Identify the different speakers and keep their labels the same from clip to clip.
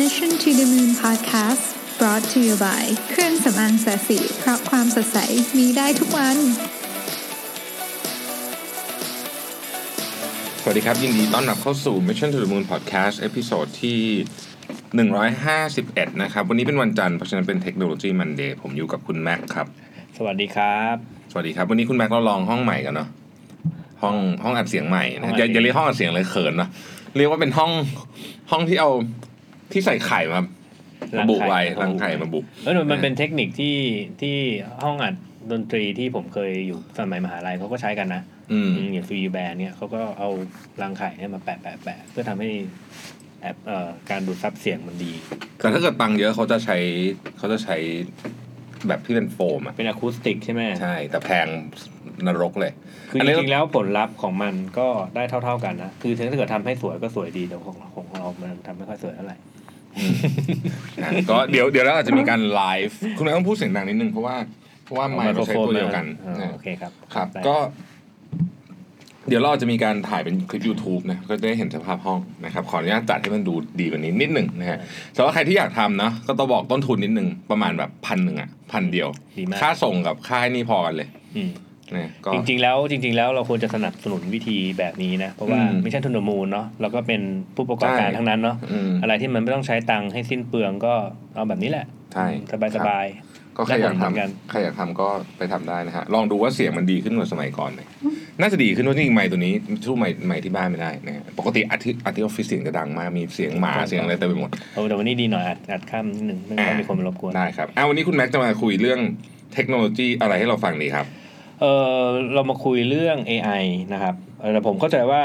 Speaker 1: Mission to the Moon Podcast brought to you by เครื่องสำอางแสสีเพราะความสดใสมีได้ทุกวัน
Speaker 2: สวัสดีครับ ยินดีต้อนรับเข้าสู่ Mission to the Moon Podcast เอพิโซดที่ 151 นะครับ วันนี้เป็นวันจันทร์เพราะฉะนั้นเป็น Technology Monday ผมอยู่กับคุณแม็กครับ
Speaker 3: สวัสดีครับ
Speaker 2: สวัสดีครับ วันนี้คุณแม็กเราลองห้องใหม่กันเนาะห้องห้องอัดเสียงใหม่
Speaker 3: ห้อ
Speaker 2: นะ
Speaker 3: งอัด
Speaker 2: อย่า
Speaker 3: เสีย
Speaker 2: อ
Speaker 3: ง
Speaker 2: ย่าเรียกห้องอัดเสียงเลยเขินเนอะเรียกว่าเป็นห้องห้องที่เอาที่ใส่ไข่มามาบุกไว้รังไข่มาบุก
Speaker 3: เออมันเป็นเทคนิคที่ที่ห้องอัดดนตรีที่ผมเคยอยู่สมัยมหาลัยเขาก็ใช้กันนะ
Speaker 2: อืม
Speaker 3: อืมอย่างฟรีแบนเนี่ยเขาก็เอารังไข่เนี่ยมาแปะแปะแปะเพื่อทำให้แอปเอ่อการดูดซับเสียงมันดี
Speaker 2: แต่ถ้าเกิดตังค์เยอะเขาจะใช้เขาจะใช้แบบที่เป็นโฟมอะ
Speaker 3: เป็นอะคูสติกใช่ไหม
Speaker 2: ใช่ แต่แพงนรกเลย
Speaker 3: คืออน จ
Speaker 2: นี้
Speaker 3: ริงๆแล้วผลลัพธ์ของมันก็ได้เท่า ๆกันนะ คือถ้าเกิดทำให้สวยก็สวยดีแต่ของของเรา มันทำไม่ค่อยสวยเท่าไหร่
Speaker 2: นะก็เดี๋ยวเดี๋ยวเราอาจจะมีการไลฟ์คุณแม่ต้องพูดเสียงดังนิดนึงเพราะว่าเพราะว่าไมค์เราใช้ตัวเดียวกัน
Speaker 3: อ๋อ
Speaker 2: นะ
Speaker 3: โอเคครับ
Speaker 2: ครับ
Speaker 3: ได้
Speaker 2: ก็ เดี๋ยวเราอาจจะมีการถ่ายเป็นคลิป YouTube นะก็จะได้เห็นสภาพห้องนะครับขออนุญาตจัดให้มันดูดีกว่านี้นิดหนึ่งนะฮะสำหรับใครที่อยากทำนะก็ต้องบอกต้นทุนนิดหนึ่งประมาณแบบพันหนึ่งอ่ะพันเดียว
Speaker 3: ดีมาก
Speaker 2: ค่าส่งกับค่าไอ้นี่พอกันเลย
Speaker 3: อืม
Speaker 2: นะก็
Speaker 3: จริงๆแล้วจริง ๆ แล้วเราควรจะสนับสนุนวิธีแบบนี้นะ เพราะว่า
Speaker 2: อืม
Speaker 3: ไม่ใช่ทุนมูลเนาะเราก็เป็นผู้ประกอบการ
Speaker 2: ใช่
Speaker 3: ทั้งนั้นเนาะ
Speaker 2: อืม
Speaker 3: อะไรที่มันไม่ต้องใช้ตังค์ให้สิ้นเปลืองก็เอาแบบนี้แหละ
Speaker 2: ใช่
Speaker 3: สบายสบายๆ
Speaker 2: ก็ใครอยาก
Speaker 3: ได้ผลเหมือนกัน
Speaker 2: ทำใครอยากทำก็ไปทำได้นะฮะลองดูว่าเสียงมันดีขึ้นกว่าสมัยก่อนไหมน่าจะดีขึ้นเพราะจริงๆไมค์ตัวนี้สู้ไมค์ไมค์ที่บ้านไม่ได้นะฮะปกติอัดที่อัดที่ออฟฟิศเสียงจะดังมากมีเสียงหมาเสียงอะไรเต็มไปหมด
Speaker 3: โอ้แต่วันนี้ดีหน่อยอัดอัดข้ามนิดหนึ่งไม่
Speaker 2: อ่า
Speaker 3: ให้มีคนมารบกวน
Speaker 2: ได้ครับอ่ะวันนี้คุณแม็กซ์จะมาคุยเรื่องเทคโนโลยีอะไรให้เราฟังดีครับ
Speaker 3: เออเรามาคุยเรื่อง AI นะครับเออแต่ผมเข้าใจว่า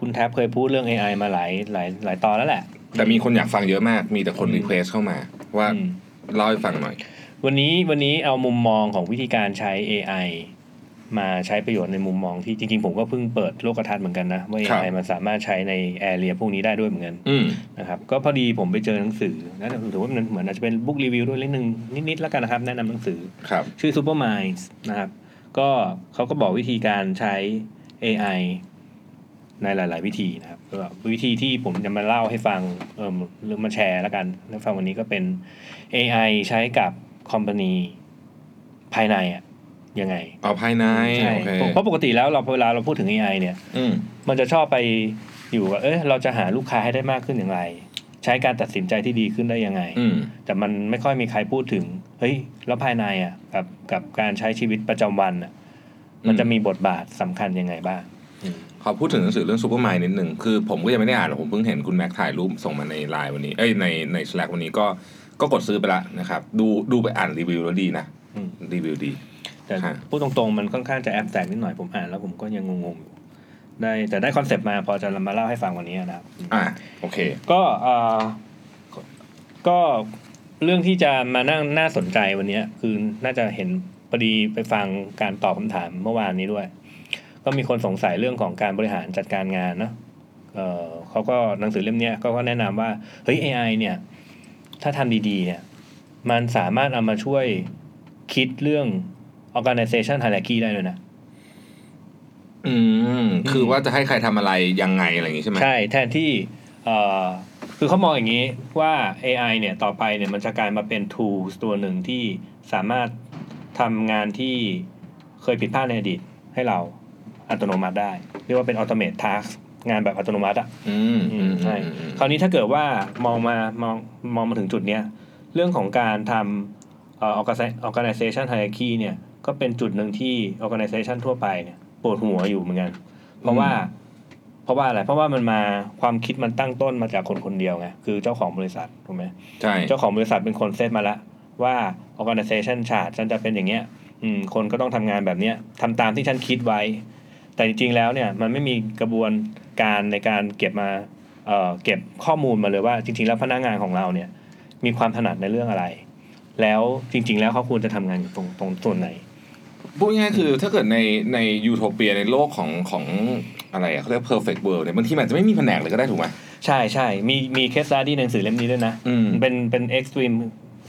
Speaker 3: คุณแท็บเคยพูดเรื่อง AI มาหลายหลายหลายตอนแล้วแหละ
Speaker 2: แต่มีคนอยากฟังเยอะมากมีแต่คนรีเควสเข้ามา ว่า
Speaker 3: อืม
Speaker 2: เล่าให้ฟังหน่อย
Speaker 3: วันนี้วันนี้เอามุมมองของวิธีการใช้ AI มาใช้ประโยชน์ในมุมมองที่จริงๆ ผมก็เพิ่งเปิดโลกทัศน์เหมือนกันนะว่า
Speaker 2: ครับ
Speaker 3: AI มันสามารถใช้ในแอเรียพวกนี้ได้ด้วยเหมือนกัน
Speaker 2: อืม
Speaker 3: นะครับก็พอดีผมไปเจอหนังสือนะถือว่ามันเหมือนอาจจะเป็นบุ๊กรีวิวด้วยเล่มหนึ่งนิดๆแล้วกันนะครับ แนะนำหนังสือ
Speaker 2: ครับ
Speaker 3: ชื่อ Super Minds นะครับก็เขาก็บอกวิธีการใช้ AI ในหลาย ๆ วิธีนะครับก็วิธีที่ผมจะมาเล่าให้ฟังเออหรือมาแชร์แล้วกันแล้วฟังวันนี้ก็เป็น AI ใช้กับคอมพานีภายในอะยังไง
Speaker 2: เอาภายใน
Speaker 3: ใช่
Speaker 2: โอเค
Speaker 3: เพราะปกติแล้วเราเวลาเราพูดถึง AI เนี่ย
Speaker 2: อืม
Speaker 3: มันจะชอบไปอยู่ว่าเอ๊ะเราจะหาลูกค้าให้ได้มากขึ้นอย่างไร ใช้การตัดสินใจที่ดีขึ้นได้ยังไง
Speaker 2: อืม
Speaker 3: แต่มันไม่ค่อยมีใครพูดถึง เฮ้ย แล้วภายในอ่ะ กับกับการใช้ชีวิตประจำวันอ่ะ มันจะมีบทบาทสำคัญยังไงบ้าง
Speaker 2: ขอพูดถึงหนังสือเรื่องซูเปอร์มายนิดหนึ่งคือผมก็ยังไม่ได้อ่านหรอกผมเพิ่งเห็นคุณแม็กซ์ถ่ายรูปส่งมาในไลน์วันนี้เอ้ยในใน slack วันนี้ก็ก็กดซื้อไปละนะครับ ดูดูไปอ่านรีวิวแล้วดีนะ
Speaker 3: อืม
Speaker 2: รีวิวดี
Speaker 3: แต่
Speaker 2: ครับ
Speaker 3: พูดตรงๆ มันค่อนข้างจะแอบแตกนิดหน่อยผมอ่านแล้วผมก็ยังงงๆอยู่ได้แต่ได้คอนเซปต์มาพอจะมาเล่าให้ฟังวันนี้นะครับ
Speaker 2: อ่ะโอเค
Speaker 3: ก็เอ่อก็เรื่องที่จะมานั่งน่าสนใจวันเนี้ยคือน่าจะเห็นพอดีไปฟังการตอบคำถามเมื่อวานนี้ด้วย ก็มีคนสงสัยเรื่องของการบริหารจัดการงานเนาะเอ่อเขาก็หนังสือเล่มเนี้ยเขาก็แนะนำว่าเฮ้ย AI เนี่ย ถ้าทำดีๆ เนี่ย มันสามารถเอามาช่วยคิดเรื่อง organization hierarchy ได้เลยนะ
Speaker 2: อืมคือว่าจะให้ใครทำอะไรยังไงอะไรอย่างงี้ใช่ไหม
Speaker 3: ใช่แทนที่เอ่อคือเขามองอย่างนี้ว่า AI เนี่ยต่อไปเนี่ยมันจะกลายมาเป็น tools ตัวหนึ่งที่สามารถทำงานที่เคยผิดพลาดในอดีตให้เราอัตโนมัติได้ เรียกว่าเป็น automate task งานแบบอัตโนมัติอ่ะ
Speaker 2: อืมอืม
Speaker 3: ใช่
Speaker 2: อืมอืม
Speaker 3: คราวนี้ถ้าเกิดว่ามองมามองมองมาถึงจุดเนี้ยเรื่องของการทำเอ่อ organize- organization hierarchy เนี่ยก็เป็นจุดหนึ่งที่ organization ทั่วไปเนี่ยปวดหัวอยู่เหมือนกัน เพราะว่า เพราะว่าอะไร เพราะว่ามันมาความคิดมันตั้งต้นมาจากคนคนเดียวไง คือเจ้าของบริษัทถูกไหม
Speaker 2: ใช่
Speaker 3: เจ้าของบริษัทเป็นคนเซตมาละว่า organization chart ฉันจะเป็นอย่างเงี้ย อืม คนก็ต้องทำงานแบบเนี้ยทำตามที่ฉันคิดไว้ แต่จริงๆแล้วเนี่ยมันไม่มีกระบวนการในการเก็บมาเอ่อเก็บข้อมูลมาเลยว่า จริงๆแล้วพนักงานของเราเนี่ย มีความถนัดในเรื่องอะไร แล้วจริง ๆ แล้วเขาควรจะทำงานอยู่ตรงตรงส่วนไหน
Speaker 2: พูดง่ายๆคือถ้าเกิดในในยูโทเปียในโลกของของอะไรอะเขาเรียก perfect world เนี่ยบางทีมันอาจจะไม่มีแผนกเลยก็ได้ถูกไหม
Speaker 3: ใช่ใช่มีมีเคสสตาดี้หนังสือเล่มนี้ด้วยนะ
Speaker 2: อืม
Speaker 3: เป็นเป็นเอ็กซ์ตรีม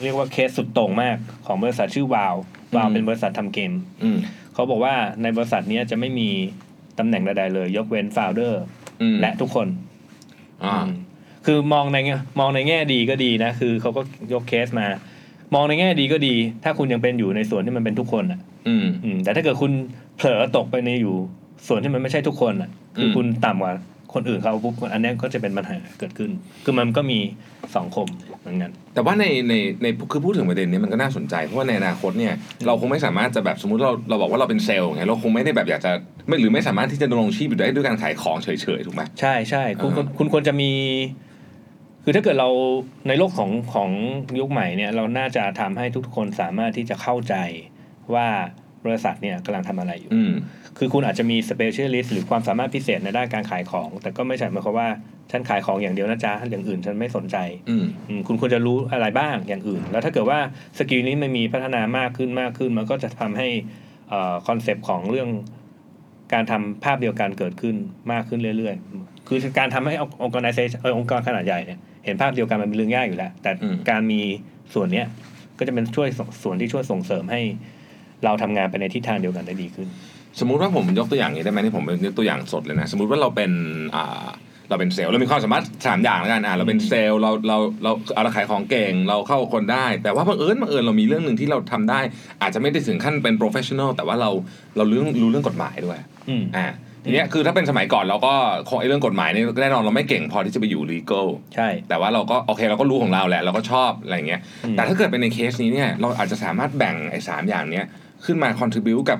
Speaker 3: เรียกว่าเคสสุดโต่งมากของบริษัทชื่อวาววาว
Speaker 2: อืม
Speaker 3: เป็นบริษัททำเกม
Speaker 2: อืม
Speaker 3: เขาบอกว่าในบริษัทเนี้ยจะไม่มีตำแหน่งใดๆเลย ยกเว้นโฟลเดอร์
Speaker 2: อืม
Speaker 3: และทุกคน
Speaker 2: อ่า
Speaker 3: อืม คือมองในแง่มองในแง่ดีก็ดีนะ คือเขาก็ยกเคสมา มองในแง่ดีก็ดี ถ้าคุณยังเป็นอยู่ในส่วนที่มันเป็นทุกคนอ่ะ
Speaker 2: อืม
Speaker 3: อืมแต่ถ้าเกิดคุณเผลอตกไปในอยู่ ส่วนที่มันไม่ใช่ทุกคนอ่ะ คืออ
Speaker 2: ม
Speaker 3: คุณต่ำกว่าคนอื่นเขาปุ๊บอันเนี้ยก็จะเป็นปัญหาเกิดขึ้น คือมันก็มีสองคมเหมือนกัน
Speaker 2: แต่ว่าในในในคือพูดถึงประเด็นนี้มันก็น่าสนใจ เพราะว่าในอนาคตเนี่ยเราคงไม่สามารถจะแบบสมมติเราเราบอกว่าเราเป็นเซลล์ไงเราคงไม่ได้แบบอยากจะไม่หรือไม่สามารถที่จะดำรงชีพอยู่ได้ด้วยการขายของเฉยๆถูกไหม
Speaker 3: ใช่ใช่คุณคุณ
Speaker 2: อ่า
Speaker 3: คุณควรจะมี คือถ้าเกิดเราในโลกของของยุคใหม่เนี่ย เราน่าจะทำให้ทุกคนสามารถที่จะเข้าใจว่าบริษัทเนี่ยกำลังทำอะไรอยู่
Speaker 2: อืม
Speaker 3: คือคุณอาจจะมี specialist หรือความสามารถพิเศษในด้านการขายของ แต่ก็ไม่ใช่หมายความว่าฉันขายของอย่างเดียวนะจ๊ะอย่างอื่นฉันไม่สนใจ
Speaker 2: อืม
Speaker 3: อืมคุณควรจะรู้อะไรบ้างอย่างอื่น แล้วถ้าเกิดว่าสกิลนี้มันมีพัฒนามากขึ้นมากขึ้น มันก็จะทำให้คอนเซปต์ของเรื่องการทำภาพเดียวกันเกิดขึ้นมากขึ้นเรื่อยๆ คือการทำให้ององค์กร organization เอ่อองค์กรขนาดใหญ่เนี่ยเห็นภาพเดียวกันมันเป็นเรื่องยากอยู่แล้ว แต่
Speaker 2: อืม
Speaker 3: การมีส่วนเนี้ยก็จะเป็นช่วยส่งส่วนที่ช่วยส่งเสริมให้ เราทำงานไปในทิศทางเดียวกันได้ดีขึ้น
Speaker 2: สมมุติว่าผมยกตัวอย่างนี้ได้ไหมนี่ผมเป็นยกตัวอย่างสดเลยนะ สมมุติว่าเราเป็นอ่าเราเป็นเซลล์เรามีความสามารถสามอย่างแล้วกันอ่าเราเป็นเซลล์เราเราเราเอาเราขายของเก่งเราเข้าคนได้ แต่ว่าบังเอิญบังเอิญเรามีเรื่องหนึ่งที่เราทำได้ อาจจะไม่ได้ถึงขั้นเป็น professional แต่ว่าเราเรารู้รู้เรื่องกฎหมายด้วย
Speaker 3: อืม
Speaker 2: อ่าทีเนี้ยคือถ้าเป็นสมัยก่อนเราก็คงไอ้เรื่องกฎหมายเนี่ยแน่นอนเราไม่เก่งพอที่จะไปอยู่ legal
Speaker 3: ใช่
Speaker 2: แต่ว่าเราก็โอเคเราก็รู้ของเราแหละเราก็ชอบอะไรอย่างเงี้ย
Speaker 3: อืม
Speaker 2: แต่ถ้าเกิดเป็นในเคสนี้เนี่ยเราอาจจะสามารถแบ่งไอ้สามอย่างเนี้ยขึ้นมา contribu กับ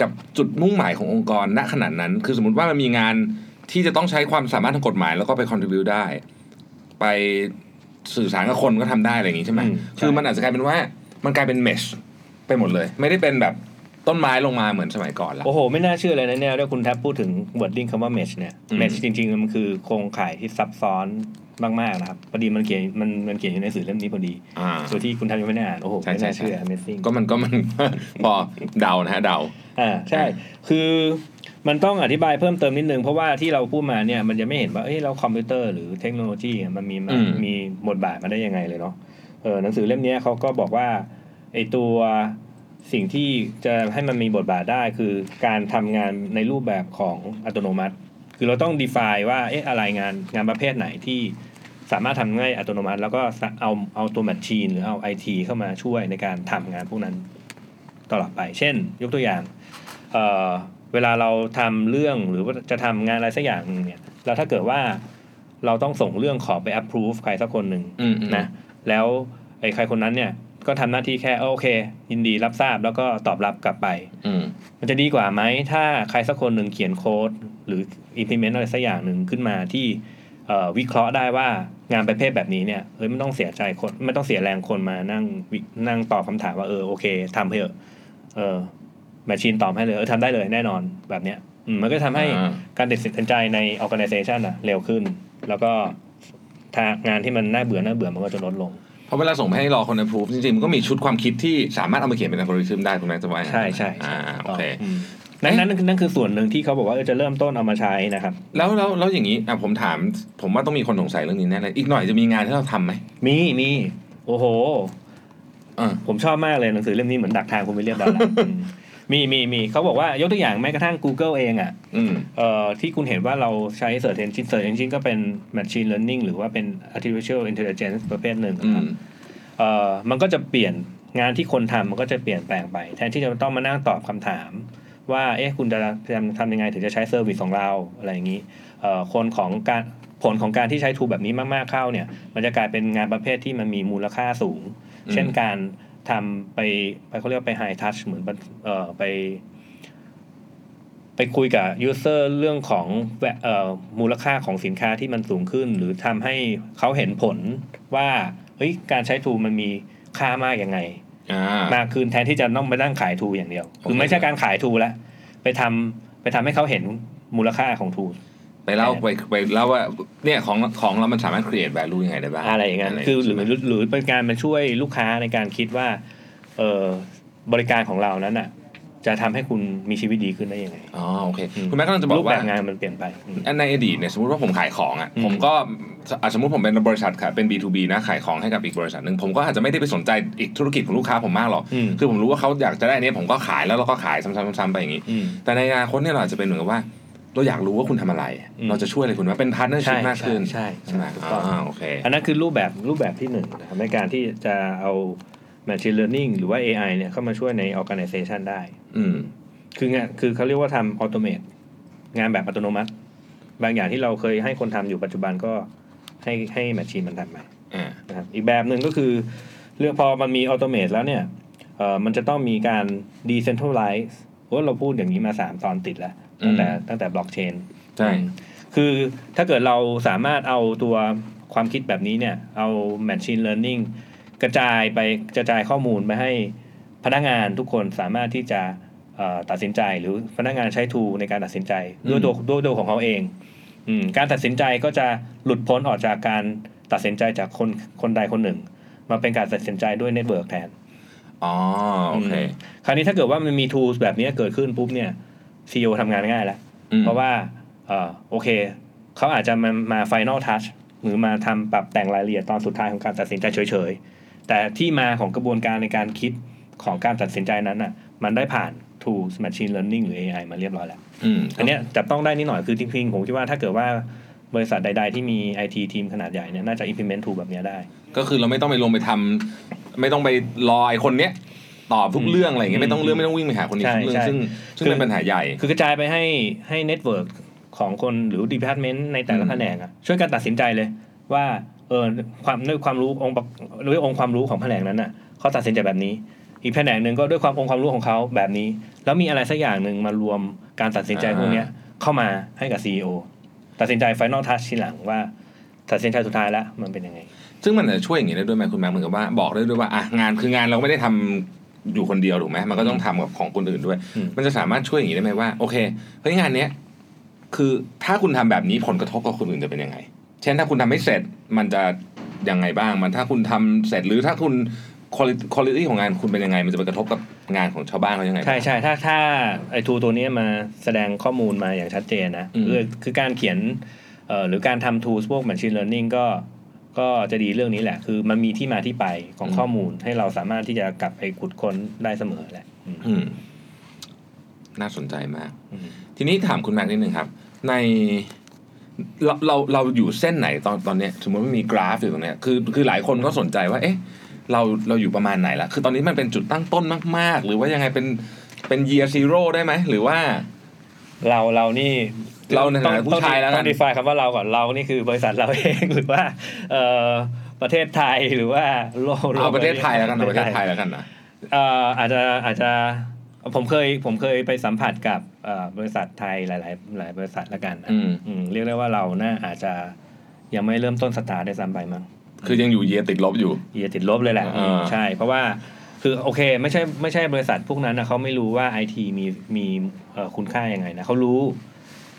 Speaker 2: กับจุดมุ่งหมายขององค์กรณขนาดนั้น คือสมมติว่ามันมีงานที่จะต้องใช้ความสามารถทางกฎหมายแล้วก็ไป contribu ได้ ไปสื่อสารกับคนก็ทำได้อะไรอย่างงี้ใช่ไหม
Speaker 3: อืม
Speaker 2: คือ
Speaker 3: ใช่
Speaker 2: มันอาจจะกลายเป็นว่ามันกลายเป็น mesh ไปหมดเลย ไม่ได้เป็นแบบต้นไม้ลงมาเหมือนสมัยก่อนละ
Speaker 3: โอ้โห ไม่น่าเชื่อเลยนะเนี่ยถ้าคุณแทบพูดถึงวอร์ดดิ้งคำว่า mesh เนี่ย
Speaker 2: อืม
Speaker 3: mesh จริงๆ มันคือโครงข่ายที่ซับซ้อนมากๆนะครับพอดีมันเขียนมันมันเขียนอยู่ในหนังสือเล่มนี้พอดี
Speaker 2: อ่า
Speaker 3: ส่วนที่คุณแทบยังไม่ได้อ่านโอ้โห
Speaker 2: ใช่
Speaker 3: ไม่
Speaker 2: ใช่
Speaker 3: น่า
Speaker 2: ใช่
Speaker 3: เชื่อ amazing
Speaker 2: ก็มันก็มัน พอเดานะฮะเดา
Speaker 3: อ่าใช่
Speaker 2: อ่า
Speaker 3: คือมันต้องอธิบายเพิ่มเติมนิดนึง เพราะว่าที่เราพูดมาเนี่ยมันจะไม่เห็นว่าเอ้ยเราคอมพิวเตอร์หรือเทคโนโลยีมันมีมา
Speaker 2: อืม
Speaker 3: มีบทบาทมาได้ยังไงเลยเนาะเออหนังสือเล่มเนี้ยเขาก็บอกว่าไอตัวสิ่งที่จะให้มันมีบทบาทได้คือการทำงานในรูปแบบของอัตโนมัติ คือเราต้อง define ว่าเอ๊ะอะไรงานงานประเภทไหนที่สามารถทำได้อัตโนมัติ แล้วก็เอาเอาตัวแมชชีนหรือเอาไอทีเข้ามาช่วยในการทำงานพวกนั้นตลอดไป เช่น ยกตัวอย่าง เอ่อเวลาเราทำเรื่องหรือว่าจะทำงานอะไรสักอย่างหนึ่งเนี่ยแล้วถ้าเกิดว่าเราต้องส่งเรื่องขอไป approve ใครสักคนหนึ่ง
Speaker 2: อืมอืม
Speaker 3: นะแล้วไอ้ใครคนนั้นเนี่ยก็ทำหน้าที่แค่เออโอเค ยินดีรับทราบแล้วก็ตอบรับกลับไป
Speaker 2: อืม
Speaker 3: มันจะดีกว่าไหมถ้าใครสักคนหนึ่งเขียนโค้ดหรือ implement อะไรสักอย่างหนึ่งขึ้นมาที่เอ่อวิเคราะห์ได้ว่างานประเภทแบบนี้เนี่ยเฮ้ยไม่ต้องเสียใจคนไม่ต้องเสียแรงคนมานั่งวินั่งตอบคำถามว่าเออโอเคทำให้เถอะเออแมชชีนตอบให้เลยเออทำได้เลยแน่นอนแบบเนี้ยอืมมันก็ทำให้
Speaker 2: อ่า
Speaker 3: การตัดสินใจใน organization อะเร็วขึ้น แล้วก็ทางงานที่มันน่าเบื่อน่าเบื่อมันก็จะลดลง
Speaker 2: เพราะเวลาส่งไปให้รอคนในพรูฟจริงๆ มันก็มีชุดความคิดที่สามารถเอามาเขียนเป็นอัลกอริทึมได้ถูกไหมจะว่าอย่าง
Speaker 3: ใช่
Speaker 2: นั้น
Speaker 3: ใช่
Speaker 2: อ่า
Speaker 3: ใช่
Speaker 2: โอเค
Speaker 3: มนั่น
Speaker 2: เอ๊ะ
Speaker 3: นั่นนั่นคือส่วนหนึ่งที่เขาบอกว่าเออจะเริ่มต้นเอามาใช้นะครับ
Speaker 2: แล้วแล้วแล้วอย่างนี้อ่ะผมถาม ผมว่าต้องมีคนสงสัยเรื่องนี้แน่เลยอีกหน่อยจะมีงานที่เราทำไหม
Speaker 3: มีมีโอ้โห
Speaker 2: อ่า
Speaker 3: ผมชอบมากเลยหนังสือเล่มนี้เหมือนดักทางคุณไปเรียบร้อ ยแล้วอืมมีมีมีเขาบอกว่ายกตัวอย่างแม้กระทั่ง Google เองอ่ะ
Speaker 2: อืม
Speaker 3: เอ่อที่คุณเห็นว่าเราใช้ Search Engine Search Engine ก็เป็น Machine Learning หรือว่าเป็น Artificial Intelligence ประเภทหนึ่ง
Speaker 2: อื
Speaker 3: นะครั
Speaker 2: ม
Speaker 3: บเอ่อมันก็จะเปลี่ยนงานที่คนทำมันก็จะเปลี่ยนแปลงไป แทนที่จะต้องมานั่งตอบคำถาม ว่าเอ๊ะคุณจะทำทำยังไงถึงจะใช้เซอร์วิสของเราอะไรอย่างนี้เอ่อคนของการผลของการที่ใช้ทูแบบนี้มากๆเข้าเนี่ย มันจะกลายเป็นงานประเภทที่มันมีมูลค่าสูง
Speaker 2: อืม
Speaker 3: เช่นการทำไปไปเขาเรียกว่าไปไฮทัชเหมือนเอ่อไป ไปคุยกับยูเซอร์เรื่องของแวเอ่อมูลค่าของสินค้าที่มันสูงขึ้น หรือทำให้เขาเห็นผลว่าเฮ้ยการใช้ทูมันมีค่ามากยังไง
Speaker 2: อ่า
Speaker 3: มากขึ้นแทนที่จะต้องไปนั่งขายทูอย่างเดียว
Speaker 2: โอเค
Speaker 3: คือไม่ใช่การขายทูแล้วไปทำไปทำให้เขาเห็นมูลค่าของทู
Speaker 2: ไปเล่า
Speaker 3: แปลก
Speaker 2: ไปไปเล่าว่าเนี่ยของของเรามันสามารถ create value ยังไงได้บ้าง
Speaker 3: อะไรอย่างเงี้ยคือหรือหรือหรือเป็นการมาช่วยลูกค้าในการคิดว่าเออบริการของเรานั้นอ่ะ จะทำให้คุณมีชีวิตดีขึ้นได้ยังไง
Speaker 2: อ๋อโอเค
Speaker 3: อืม
Speaker 2: คุณแม่กำลังจะบอ
Speaker 3: รู
Speaker 2: ก
Speaker 3: ปแบ
Speaker 2: ว่า
Speaker 3: บงานมันเปลี่ยนไปอืม
Speaker 2: อันในอดีตเนี่ยสมมติว่าผมขายของอ่ะ
Speaker 3: อืม
Speaker 2: ผมก็อ่ะสมมติผมเป็นบริษัทค่ะเป็น B2B นะขายของให้กับอีกบริษัทหนึ่งผมก็อาจจะไม่ได้ไปสนใจอีกธุรกิจของลูกค้าผมมากหรอก
Speaker 3: อืม
Speaker 2: คือผมรู้ว่าเขาอยากจะได้อันนี้ผมก็ขายแล้วเราก็ขายซ้ำๆๆๆไปอย่างนี้
Speaker 3: อืม
Speaker 2: แต่ในอนาคตเนี่ยเราอาจจะเป็นเหมือนกับว่า เราอยากรู้ว่าคุณทำอะไร
Speaker 3: อืม
Speaker 2: เราจะช่วยอะไรคุณว่าเป็นพาร์ทเนอร์ชิพมากขึ้น
Speaker 3: ใช่
Speaker 2: ใช่ไหม
Speaker 3: ถูกต้อง
Speaker 2: อ่าโอเค
Speaker 3: อันนั้นคือรูปแบบรูปแบบที่หนึ่งนะครับในการที่จะเอา machine learning หรือว่า AI เนี่ยเข้ามาช่วยใน organization ได้
Speaker 2: อืม
Speaker 3: คืองานคือเขาเรียกว่าทำ automate งานแบบอัตโนมัติ บางอย่างที่เราเคยให้คนทำอยู่ปัจจุบันก็ให้ให้แมชชีนมันทำไป
Speaker 2: อ่า
Speaker 3: นะครับอีกแบบหนึ่งก็คือเรื่องพอมันมี automate แล้วเนี่ยเอ่อมันจะต้องมีการ decentralize เพราะเราพูดอย่างนี้มา 3 ตอนติดแล้ว ตั้งแต่
Speaker 2: อืม
Speaker 3: ตั้งแต่ blockchain
Speaker 2: ใช่
Speaker 3: คือถ้าเกิดเราสามารถเอาตัวความคิดแบบนี้เนี่ย เอา Machine Learning กระจายไปกระจายข้อมูลไปให้พนักงานทุกคนสามารถที่จะเอ่อตัดสินใจหรือพนักงานใช้ทูในการตัดสินใจ
Speaker 2: อืม
Speaker 3: ด้วยตัวด้วยตัวของเขาเองอมการตัดสินใจก็จะหลุดพ้นออกจากการตัดสินใจจากคนคนใดคนหนึ่ง มาเป็นการตัดสินใจด้วยเน็ตเวิร์กแทน
Speaker 2: อ๋อโอเค
Speaker 3: คราวนี้ถ้าเกิดว่ามันมี tools แบบนี้เกิดขึ้นปุ๊บเนี่ยซีอทำงานง่ายแล้ว
Speaker 2: อืม
Speaker 3: เพราะว่าเออโอเค เขาอาจจะมามา final touch หรือมาทำปรับแต่งรายละเอียดตอนสุดท้ายของการตัดสินใจเฉยๆ แต่ที่มาของกระบวนการในการคิดของการตัดสินใจนั้นน่ะ มันได้ผ่าน tools machine learning หรือ AI มาเรียบร้อยแล้ว
Speaker 2: อืม
Speaker 3: อันเนี้ยจับต้องได้นิดหน่อยคือจริงๆผมคิดว่าถ้าเกิดว่าบริษัทใดๆที่มี IT ทีมขนาดใหญ่เนี่ยน่าจะ implement tool แบบเนี้ยได้
Speaker 2: ก็คือเราไม่ต้องไปลงไปทำไม่ต้องไปรอไอ้คนเนี้ยตอบทุกเรื่องอะไรอย่างเงี้ยไม่ต้องเรื่องไม่ต้องวิ่งไปหาคนนี้
Speaker 3: ใช่
Speaker 2: ทุกเรื่อง
Speaker 3: ใช่
Speaker 2: ซึ่งซึ่ง
Speaker 3: คือ
Speaker 2: เป็นปัญหาใหญ่
Speaker 3: คือกระจายไปให้ให้เน็ตเวิร์กของคนหรือ department ในแต่ละ
Speaker 2: อืม
Speaker 3: แผนกอะช่วยกันตัดสินใจเลยว่าเออความด้วยความรู้องค์ประด้วยองค์ความรู้ของแผนกนั้นน่ะเขาตัดสินใจแบบนี้ อีกแผนกหนึ่งก็ด้วยความองค์ความรู้ของเขาแบบนี้ แล้วมีอะไรสักอย่างหนึ่งมารวมการตัดสินใจพวกเนี้ยเข้ามาให้กับ CEO ตัดสินใจ final touch ทีหลังว่าตัดสินใจสุดท้ายแล้วมันเป็นยังไง
Speaker 2: ซึ่งมันอาจจะช่วยอย่างนี้ได้ด้วยไหมคุณแม่เหมือนกับว่าบอกได้ด้วยว่าอ่ะงานคืองานเราก็ไม่ได้ทำอยู่คนเดียวถูกไหมมันก็ต้องทำกับของคนอื่นด้วย
Speaker 3: อืม
Speaker 2: มันจะสามารถช่วยอย่างนี้ได้ไหมว่าโอเคเฮ้ยงานเนี้ยคือถ้าคุณทำแบบนี้ผลกระทบกับคนอื่นจะเป็นยังไง เช่นถ้าคุณทำไม่เสร็จมันจะยังไงบ้าง มันถ้าคุณทำเสร็จหรือถ้าคุณคุณภาพของงานคุณเป็นยังไง มันจะไปกระทบกับงานของชาวบ้านเขายังไงบ้าง
Speaker 3: ใช่ใช่ถ้าถ้าไอทูตัวเนี้ยมาแสดงข้อมูลมาอย่างชัดเจนนะ
Speaker 2: อืม
Speaker 3: คือคือการเขียนเอ่อหรือการทำทูสพวก Machine Learning ก็ก็จะดีเรื่องนี้แหละ คือมันมีที่มาที่ไปของข้อมูลให้เราสามารถที่จะกลับไปขุดค้นได้เสมอแหละอืม
Speaker 2: อืมน่าสนใจมาก
Speaker 3: อืม
Speaker 2: ทีนี้ถามคุณแม็กซ์นิดหนึ่งครับ ในเราเราเราอยู่เส้นไหนตอนตอนเนี้ยสมมติว่ามีกราฟอยู่ตรงเนี้ยคือคือหลายคนก็สนใจว่า เอ๊ะ เราเราอยู่ประมาณไหนละคือตอนนี้มันเป็นจุดตั้งต้นมาก ๆ หรือว่ายังไงเป็นเป็น year zero ได้ไหมหรือว่า
Speaker 3: เราเรานี่
Speaker 2: เราในฐานะ
Speaker 3: ต้อง
Speaker 2: ผู้ชายแล้วกัน
Speaker 3: ต้องดีไฟคำว่าเราก่อนเรานี่คือบริษัทเราเอง หรือว่าเอ่อประเทศไทยหรือว่าโลกโลก
Speaker 2: เอาประเทศไทยแล้วกันเอาประเทศไทยแล้วกันนะ
Speaker 3: เอ่ออาจจะอาจจะผมเคยผมเคยไปสัมผัสกับเอ่อบริษัทไทยหลาย ๆ หลายบริษัทละกันนะ
Speaker 2: อืม
Speaker 3: อืมเรียกได้ว่าเราน่าอาจจะยังไม่เริ่มต้นสตาร์ทได้วยซ้ำไปมั้ง
Speaker 2: คือยังอยู่ year ติดลบอยู่
Speaker 3: อย่าติดลบเลยแหละ
Speaker 2: อ่า
Speaker 3: ใช่ เพราะว่าคือโอเคไม่ใช่ไม่ใช่บริษัทพวกนั้นนะเขาไม่รู้ว่าไอทีมีมีเอ่อคุณค่ายังไงนะเขารู้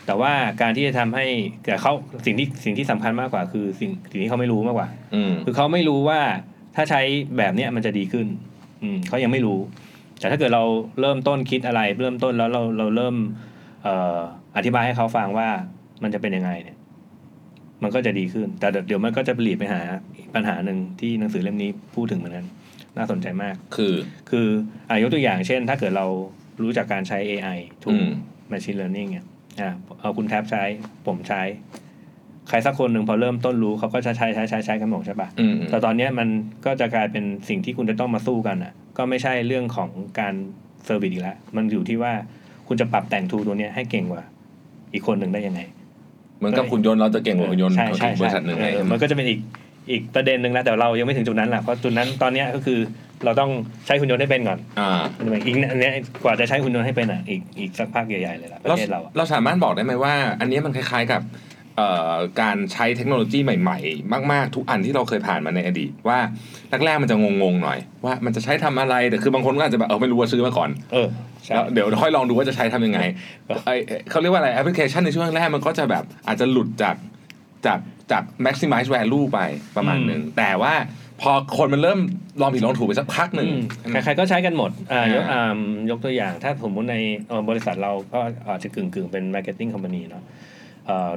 Speaker 3: แต่ว่าการที่จะทำให้แต่เขาสิ่งที่สิ่งที่สำคัญมากกว่าคือสิ่งสิ่งที่เขาไม่รู้มากกว่า
Speaker 2: อืม
Speaker 3: คือเขาไม่รู้ว่าถ้าใช้แบบเนี้ยมันจะดีขึ้น อืมเขายังไม่รู้ แต่ถ้าเกิดเราเริ่มต้นคิดอะไร เริ่มต้นแล้วเราเราเริ่มเอ่ออธิบายให้เขาฟังว่ามันจะเป็นยังไงเนี่ย มันก็จะดีขึ้น แต่เดี๋ยวเดี๋ยวมันก็จะผลิตไปหาอีกปัญหาหนึ่งที่หนังสือเล่มนี้พูดถึงเหมือนกันน่าสนใจมาก
Speaker 2: คือ
Speaker 3: คืออายกตัวอย่างเช่น ถ้าเกิดเรารู้จักการใช้ AI ถู
Speaker 2: อื
Speaker 3: ก
Speaker 2: ม
Speaker 3: machine learning เนี่ยอ่ะเอาคุณแท็บใช้ ผมใช้ ใครสักคนหนึ่งพอเริ่มต้นรู้เขาก็จะใช้ใช้ใช้ใช้กันหมดใช่ปะ
Speaker 2: อืม
Speaker 3: แต่ตอนเนี้ยมันก็จะกลายเป็นสิ่งที่คุณจะต้องมาสู้กันอ่ะ ก็ไม่ใช่เรื่องของการเซอร์วิสอีกแล้ว มันอยู่ที่ว่าคุณจะปรับแต่งทูลตัวเนี้ยให้เก่งกว่า อีกคนหนึ่งได้ยังไง
Speaker 2: เหมือนกับหุ่นยนต์เราจะเก่งกว่าหุ่นยนต์
Speaker 3: ใช่
Speaker 2: ของ
Speaker 3: ใช่
Speaker 2: อีกบ
Speaker 3: ใช่
Speaker 2: ริษัทหนึ่งไง
Speaker 3: เอ
Speaker 2: ใช่
Speaker 3: อ
Speaker 2: ไหม
Speaker 3: มันก็จะเป็นอีกอีกประเด็นหนึ่งนะแต่เรายังไม่ถึงจุดนั้นแหละเพราะจุดนั้นตอนเนี้ยก็คือเราต้องใช้หุ่นยนต์ให้เป็นก่อน
Speaker 2: อ่า
Speaker 3: อีกอันเนี้ยกว่าจะใช้หุ่นยนต์ให้เป็นอ่ะอีกอีกสักพักใหญ่ๆเลยล่ะประเทศเราอะ
Speaker 2: เราสามารถบอกได้ไหมว่า อันนี้มันคล้ายๆกับเอ่อการใช้เทคโนโลยีใหม่ ๆ มาก ๆ ทุกอันที่เราเคยผ่านมาในอดีต ว่าแรกๆมันจะงงๆหน่อย ว่ามันจะใช้ทำอะไรแต่คือบางคนก็อาจจะแบบเออไม่รู้ว่าซื้อมาก่อน
Speaker 3: เออใช่
Speaker 2: แล้วเดี๋ยวค่อยลองดูว่าจะใช้ทำยังไง
Speaker 3: เออ
Speaker 2: ไอเขาเรียกว่าอะไรแอปพลิเคชันในช่วงแรกมันก็จะแบบอาจจะหลุดจากจากจาก maximize value ไปประมาณหนึ่งแต่ว่าพอคนมันเริ่มลองผิดลองถูกไปสักพักหนึ่ง
Speaker 3: อืมใครๆก็ใช้กันหมดอ่ายก
Speaker 2: อ่า
Speaker 3: อ่ายกตัวอย่าง ถ้าสมมติในเอ่อบริษัทเราก็อาจจะกึ่งกึ่งๆเป็น marketing company เนาะ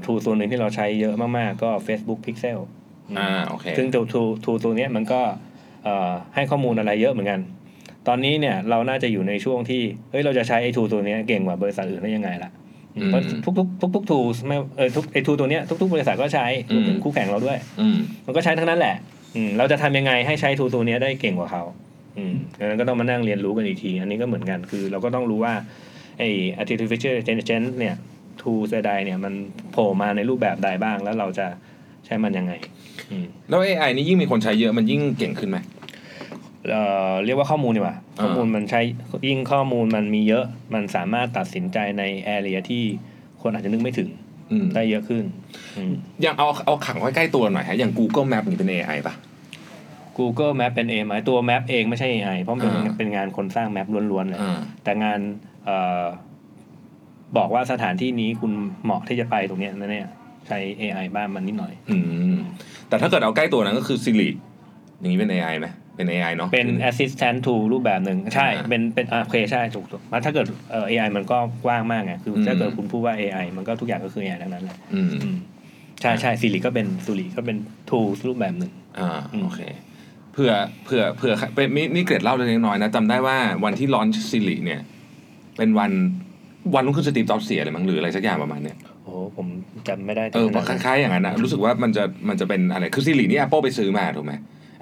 Speaker 3: ทูตัวหนึ่งที่เราใช้เยอะมากๆ ก็ Facebook Pixel ม
Speaker 2: อ่าโอเค
Speaker 3: ซึ่งตัวทูตัวเนี้ยมันก็เอ่อให้ข้อมูลอะไรเยอะเหมือนกัน ตอนนี้เนี่ยเราน่าจะอยู่ในช่วงที่ เฮ้ย เราจะใช้ไอ้ทูตัวเนี้ยเก่งกว่าบริษัทอื่นได้ยังไงล่ะ
Speaker 2: อืม
Speaker 3: เพราะทุกๆทุกๆทูสไม่เออทุกไอทูตัวเนี้ยทุก ๆ บริษัทก็ใช้
Speaker 2: อืม
Speaker 3: รวมถึงคู่แข่งเราด้วย
Speaker 2: อืม
Speaker 3: มันก็ใช้ทั้งนั้นแหละ อืมเราจะทำยังไงให้ใช้ทูตัวเนี้ยได้เก่งกว่าเขาอืมดังนั้นก็ต้องมานั่งเรียนรู้กันอีกที อันนี้ก็เหมือนกัน คือเราก็ต้องรู้ว่าไอ้ artificial intelligence เนี่ยทูใดๆเนี่ยมันโผล่มาในรูปแบบใดบ้าง แล้วเราจะใช้มันยังไง อืม
Speaker 2: แล้ว AI นี่ยิ่งมีคนใช้เยอะมันยิ่งเก่งขึ้นไหม
Speaker 3: เอ่อเรียกว่าข้อมูลดีกว่า
Speaker 2: อ่า
Speaker 3: ข้อมูลมันใช้ยิ่งข้อมูลมันมีเยอะ มันสามารถตัดสินใจในแอเรียที่คนอาจจะนึกไม่ถึง
Speaker 2: อืม
Speaker 3: ได้เยอะขึ้นอืม
Speaker 2: อย่างเอาเอาขังไว้ใกล้ตัวหน่อยฮะอย่าง Google Map นี่เป็น AI ป่ะ
Speaker 3: Google Map เป็น AI ตัว Map เองไม่ใช่ AI เพราะมันเป็น
Speaker 2: อ่า
Speaker 3: เป็นงานคนสร้าง Map ล้วนๆเลย
Speaker 2: อ่า
Speaker 3: แต่งานเอ่อบอกว่าสถานที่นี้คุณเหมาะที่จะไปตรงเนี้ยนะเนี่ยใช้ AI บ้างมันนิดหน่อย
Speaker 2: อืมแต่ถ้าเกิดเอาใกล้ตัวนั้นก็คือ Siri อย่างนี้เป็น AI ไหมเป็น AI เนาะ
Speaker 3: เป็น assistant to รูปแบบหนึ่งใช่
Speaker 2: อ่า
Speaker 3: เป็นเป็นอ่าโอเคใช่ถูกถูกมันถ้าเกิดเอ่อ AI มันก็กว้างมากไงคือ
Speaker 2: อืม
Speaker 3: ถ้าเกิดคุณพูดว่า AI มันก็ทุกอย่างก็คือ AI ทั้งนั้นแหละ
Speaker 2: อืม
Speaker 3: อืมใช่ใช่สิริก็เป็นสุริก็เป็น tool รูปแบบหนึ่ง
Speaker 2: อ่า
Speaker 3: อืม
Speaker 2: โอเคเผื่อเผื่อเผื่อเป็นนี่นี่เกร็ดเล่าเล็กๆน้อยๆนะจำได้ว่าวันที่ลอนช์ Siri เนี่ย เป็นวันวันรุ่งขึ้นสตีฟจ็อบส์เสียเลยมั้งหรืออะไรสักอย่างประมาณเนี้ย
Speaker 3: โอ้โหผมจำไม่ได้
Speaker 2: เออเพราะคล้ายๆอย่างนั้นนะรู้สึกว่ามันจะมันจะเป็นอะไรคือซีรีนี่ Apple ไปซื้อมาถูกไหม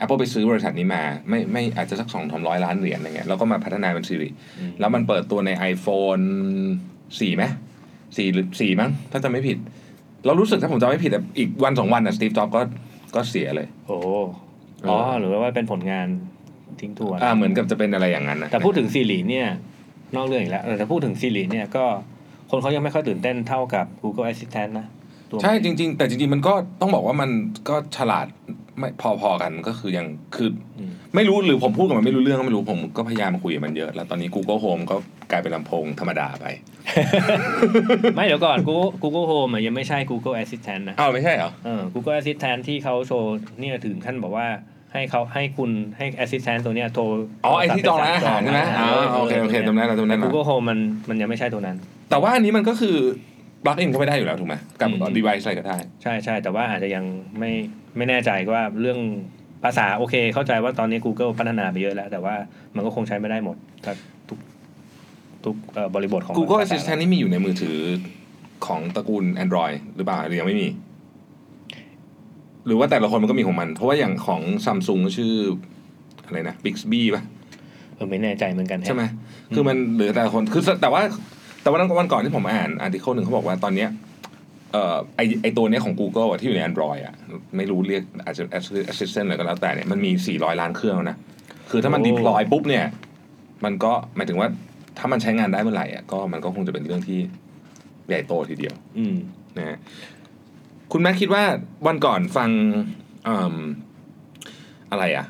Speaker 2: Apple ไปซื้อบริษัทนี้มาไม่ไม่อาจจะสักสองสามร้อยล้านเหรียญอะไรเงี้ยแล้วก็มาพัฒนาเป็นซีรี
Speaker 3: อืม
Speaker 2: แล้วมันเปิดตัวใน iPhone สี่ไหมสี่หรือสี่มั้งถ้าจำไม่ผิด เรารู้สึกถ้าผมจำไม่ผิดอะอีกวันสองวันอ่ะสตีฟจ็อบก็ก็เสียเลย
Speaker 3: โอ้โหอ๋อหรือว่าเป็นผลงานทิ้งทวน
Speaker 2: อ่าเหมือนกับจะเป็นอะไรอย่างนั้นนะ
Speaker 3: แต่พูดถึงซีรีส์เนี่ย นอกเรื่องอีกแล้วเออแต่พูดถึงซีรีส์เนี่ยก็คนเขายังไม่ค่อยตื่นเต้นเท่ากับ Google Assistant นะตัว
Speaker 2: ใช่จริง ๆ แต่จริงๆ มันก็ต้องบอกว่ามันก็ฉลาดไม่พอๆกันก็คือยังคือ
Speaker 3: อืม
Speaker 2: ไม่รู้หรือผมพูดกับมันไม่รู้เรื่องก็ไม่รู้ผมก็พยายามคุยกับมันเยอะ แล้วตอนนี้ Google Home ก็กลายเป็นลำโพงธรรมดาไป
Speaker 3: ไม่เดี๋ยวก่อน Google Google Home อะยังไม่ใช่ Google Assistant นะ
Speaker 2: อ้าว ไม่ใช่เหรอ
Speaker 3: เออ Google Assistant ที่เขาโชว์เนี่ยถึงขั้นบอกว่าให้เขาให้คุณให้ Assistant ตัวเนี้ยโทร
Speaker 2: อ๋อ ไอที่จองร้านอาหารใช่ไหมอ๋อโอเคโอเคจำได้แล้วจำได้
Speaker 3: แต่
Speaker 2: แล้ว
Speaker 3: Google Home มันมันยังไม่ใช่ตัวนั้น
Speaker 2: แต่ว่าอันนี้มันก็คือปลั๊กอินเข้าไปได้อยู่แล้วถูกไหมกับ
Speaker 3: อืม
Speaker 2: ดีไวซ์อะไรก็ได้
Speaker 3: ใช่ใช่แต่ว่าอาจจะยังไม่ไม่แน่ใจว่าเรื่องภาษาโอเค เข้าใจว่าตอนนี้ Google พัฒนาไปเยอะแล้ว แต่ว่ามันก็คงใช้ไม่ได้หมดกับทุกทุกเอ่อบริบทของ
Speaker 2: Google
Speaker 3: ภาษา
Speaker 2: Assistant นี่มีอยู่ในมือถือของตระกูล Android หรือเปล่าหรือยังไม่มี หรือว่าแต่ละคนมันก็มีของมัน เพราะว่าอย่างของซัมซุงก็ชื่ออะไรนะ Bixby ป่ะ
Speaker 3: เออไม่แน่ใจเหมือนกันแฮะ
Speaker 2: ใช่ไหม
Speaker 3: อืม
Speaker 2: คือมันเหลือแต่คน คือแต่ว่า แต่ว่าวันก่อนที่ผมอ่านอาร์ติเคิลหนึ่งเขาบอกว่าตอนเนี้ยเอ่อไอไอตัวเนี้ยของ Google อะที่อยู่ใน Android อ่ะ ไม่รู้เรียกอาจจะ Assistant อะไรก็แล้วแต่เนี่ย มันมี 400 ล้านเครื่องแล้วนะ คือถ้ามัน deploy ปุ๊บเนี่ย มันก็หมายถึงว่าถ้ามันใช้งานได้เมื่อไหร่อ่ะ ก็มันก็คงจะเป็นเรื่องที่ใหญ่โตทีเดียว
Speaker 3: อืม
Speaker 2: นะฮะคุณแม่คิดว่าวันก่อนฟังอมอะไรอะ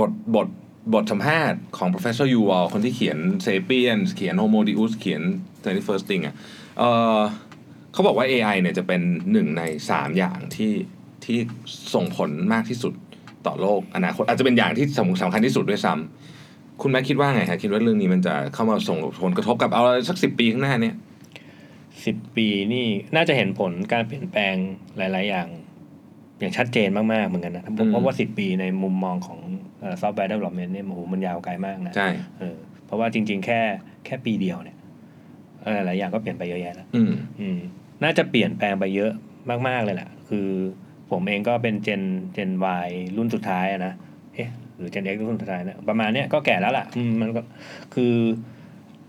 Speaker 2: บทบทบทสัมภาษณ์ของ professor u w a l คนที่เขียน sapiens เขียน homo deus เขียน twenty first thing อะเอ่อเขาบอกว่า AI เนี่ยจะเป็นหนึ่งในสามอย่างที่ที่ส่งผลมากที่สุดต่อโลกอนาคตอาจจะเป็นอย่างที่สำสำคัญที่สุดด้วยซ้ำคุณแม่คิดว่าไงฮะ คิดว่าเรื่องนี้มันจะเข้ามาส่งผลกระทบกับเอาสักสิบปีข้างหน้าเนี่ย
Speaker 3: สิบปีนี่น่าจะเห็นผลการเปลี่ยนแปลงหลาย ๆ อย่าง อย่างชัดเจนมาก ๆ เหมือนกันนะเพ
Speaker 2: อืม
Speaker 3: ราะเพราะว่าสิบปีในมุมมองของซอฟต์แวร์เดเวล็อปเมนต์เนี่ยโอ้โหมันยาวไกลมากนะ
Speaker 2: ใช่
Speaker 3: เออเพราะว่าจริง ๆ แค่แค่ปีเดียวเนี่ยเออหลายอย่างก็เปลี่ยนไปเยอะแยะแล้ว
Speaker 2: อืม
Speaker 3: อืมน่าจะเปลี่ยนแปลงไปเยอะมาก ๆ เลยแหละ คือผมเองก็เป็นเจนเจน Y รุ่นสุดท้ายอะนะ เอ๊ะ หรือเจน X รุ่นสุดท้ายนะ ประมาณเนี้ยก็แก่แล้วล่ะอืมมันก็คือ